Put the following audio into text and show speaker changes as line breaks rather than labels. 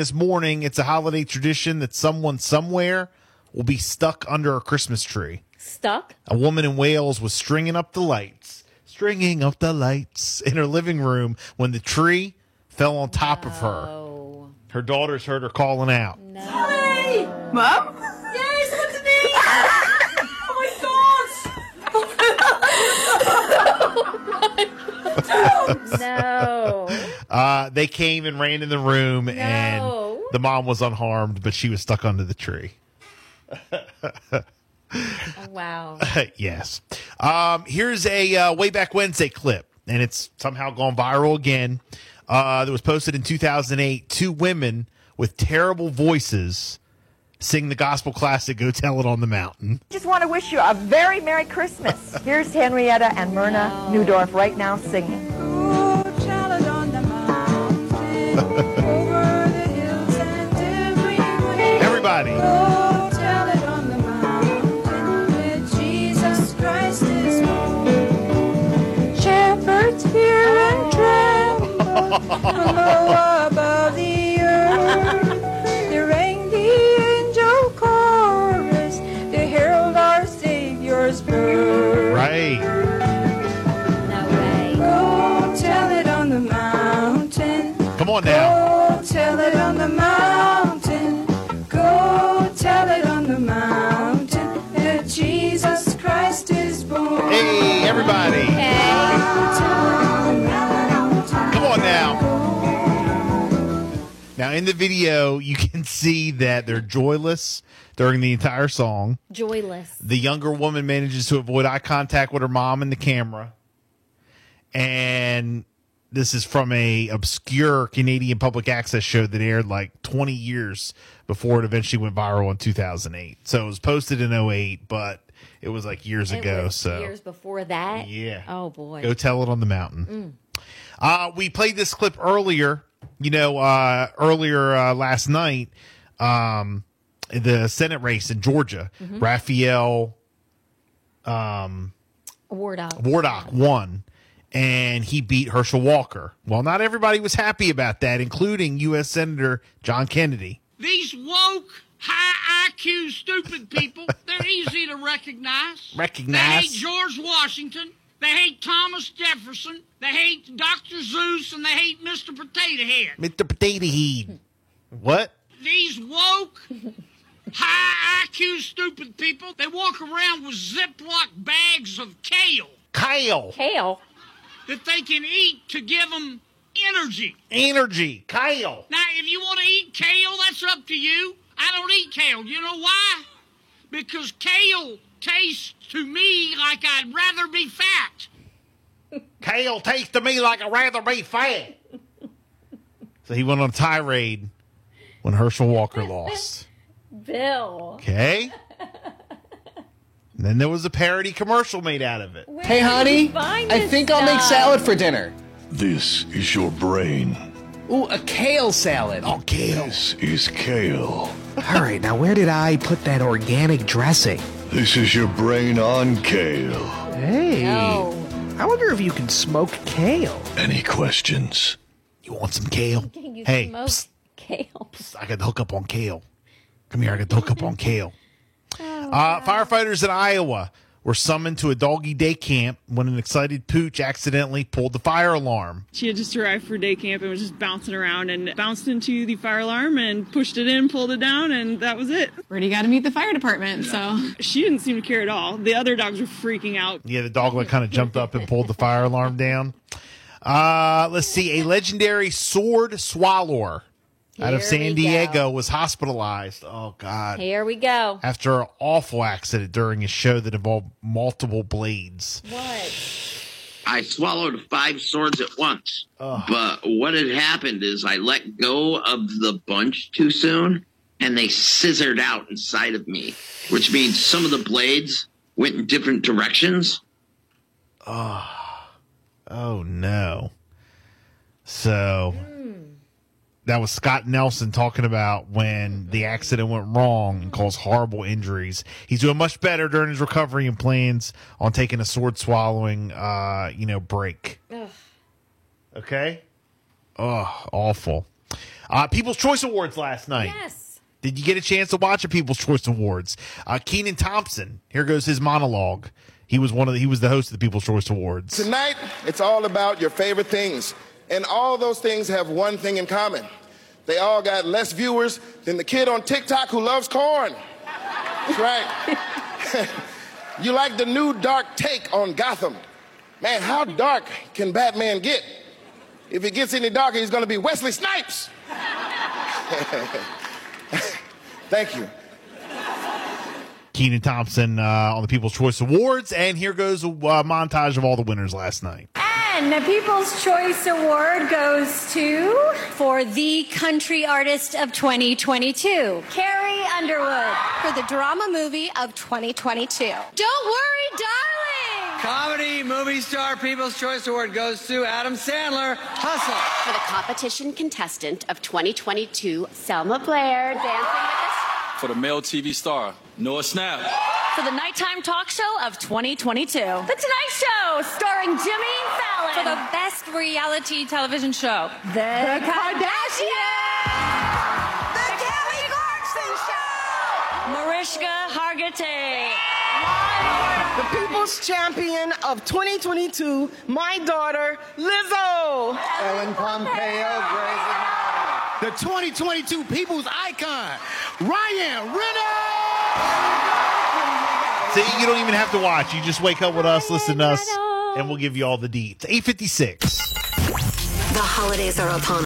this morning, it's a holiday tradition that someone somewhere will be stuck under a Christmas tree.
Stuck?
A woman in Wales was stringing up the lights, stringing up the lights in her living room when the tree fell on top of her.
Oh.
Her daughters heard her calling out.
Mum?
Yes, look at me! oh my god!
No. Oh,
Uh, they came and ran in the room, and
No.
the mom was unharmed, but she was stuck under the tree.
wow.
yes. Um, here's a uh, way back Wednesday clip, and it's somehow gone viral again. Uh, that was posted in 2008. Two women with terrible voices sing the gospel classic "Go Tell It on the Mountain."
Just want to wish you a very Merry Christmas. Here's Henrietta and Myrna Newdorf right now singing.
Go tell it on the mountain, over the hills and everywhere.
Everybody,
Go tell it on the mountain, where Jesus Christ is born. Shepherds fear and tremble, low above the earth. They rang the angel chorus, they herald our Savior's birth.
right?
No way.
Go Oh, tell it on the mountain.
Come on now.
Go tell it on the mountain. Go tell it on the mountain that Jesus Christ is born.
Hey, everybody,
Okay.
come on now. Now, in the video, you can see that they're joyless during the entire song.
Joyless.
The younger woman manages to avoid eye contact with her mom and the camera. And this is from a obscure Canadian public access show that aired like 20 years before it eventually went viral in 2008. So it was posted in 08, but it was like years
It
ago.
was
So
years before that.
Yeah.
Oh boy.
Go tell it on the mountain.
Mm.
Uh, we played this clip earlier, you know, uh, earlier uh, last night, um, the Senate race in Georgia.
Mm-hmm.
Raphael
Wardock.
Wardock won, and he beat Herschel Walker. Well, not everybody was happy about that, including U.S. Senator John Kennedy.
These woke, high IQ, stupid people, they're easy to recognize.
Recognize.
They hate George Washington. They hate Thomas Jefferson. They hate Dr. Zeus, and they hate Mr. Potato Head.
Mr. Potato Head. What?
These woke, high IQ, stupid people, they walk around with Ziploc bags of kale
Kyle.
Kale.
that they can eat to give them energy.
Energy. Kyle.
Now, if you want to eat kale, that's up to you. I don't eat kale. You know why? Because kale tastes to me like I'd rather be fat.
Kale tastes to me like I'd rather be fat. so he went on a tirade when Herschel Walker lost.
Bill.
Okay? And then there was a parody commercial made out of it.
Hey, honey,
Find
I
this
think I'll make
stuff.
salad for dinner.
This is your brain.
Ooh, a kale salad.
Oh, Kale.
This is kale.
All right, now where did I put that organic dressing?
This is your brain on kale.
Hey,
No.
I wonder if you can smoke kale.
Any questions?
You want some kale?
Can you
hey,
smoke
psst,
kale?
I got the hookup on Kale. Come here, I got the hookup on Kale.
Oh,
uh, firefighters in Iowa were summoned to a doggy day camp when an excited pooch accidentally pulled the fire alarm.
She had just arrived for day camp and was just bouncing around and bounced into the fire alarm and pushed it in, pulled it down, and that was it.
Already got to meet the fire department, so.
She didn't seem to care at all. The other dogs were freaking out.
Yeah, the dog like kind of jumped up and pulled the fire alarm down. Uh, let's see, a legendary sword swallower out of
Here
San
we go.
Diego was hospitalized. Oh God.
Here we go.
After an awful accident during a show that involved multiple blades.
What?
I swallowed five swords at once. But what had happened is I let go of the bunch too soon and they scissored out inside of me, which means some of the blades went in different directions.
Oh no. So that was Scott Nelson talking about when the accident went wrong and caused horrible injuries. He's doing much better during his recovery and plans on taking a sword swallowing uh, you know, break. Okay? Oh, awful. Uh, People's Choice Awards last night.
Yes.
Did you get a chance to watch a People's Choice Awards? Uh, Keenan Thompson. Here goes his monologue. He was one of the, he was the host of the People's Choice Awards.
Tonight, it's all about your favorite things. And all those things have one thing in common they all got less viewers than the kid on TikTok who loves corn. That's right. you like the new dark take on Gotham. Man, how dark can Batman get? If it gets any darker, he's gonna be Wesley Snipes. Thank you.
Keenan Thompson uh, on the People's Choice Awards, and here goes a uh, montage of all the winners last night.
And the People's Choice Award goes to for the country artist of 2022, Carrie Underwood, for the drama movie of 2022. Don't worry, darling.
Comedy Movie Star People's Choice Award goes to Adam Sandler. Hustle.
For the competition contestant of 2022, Selma Blair, dancing
For the male TV star, Noah Snap.
For the nighttime talk show of 2022, The Tonight Show, starring Jimmy Fallon. For the best reality television show, The, Kardashians. The Kelly Clarkson Show. Mariska Hargitay.
The People's Champion of 2022, my daughter, Lizzo. Ellen Pompeo,
The 2022 People's Icon, Ryan Reynolds.
See, you don't even have to watch. You just wake up with us, listen to us, and we'll give you all the deets. 856.
The holidays are upon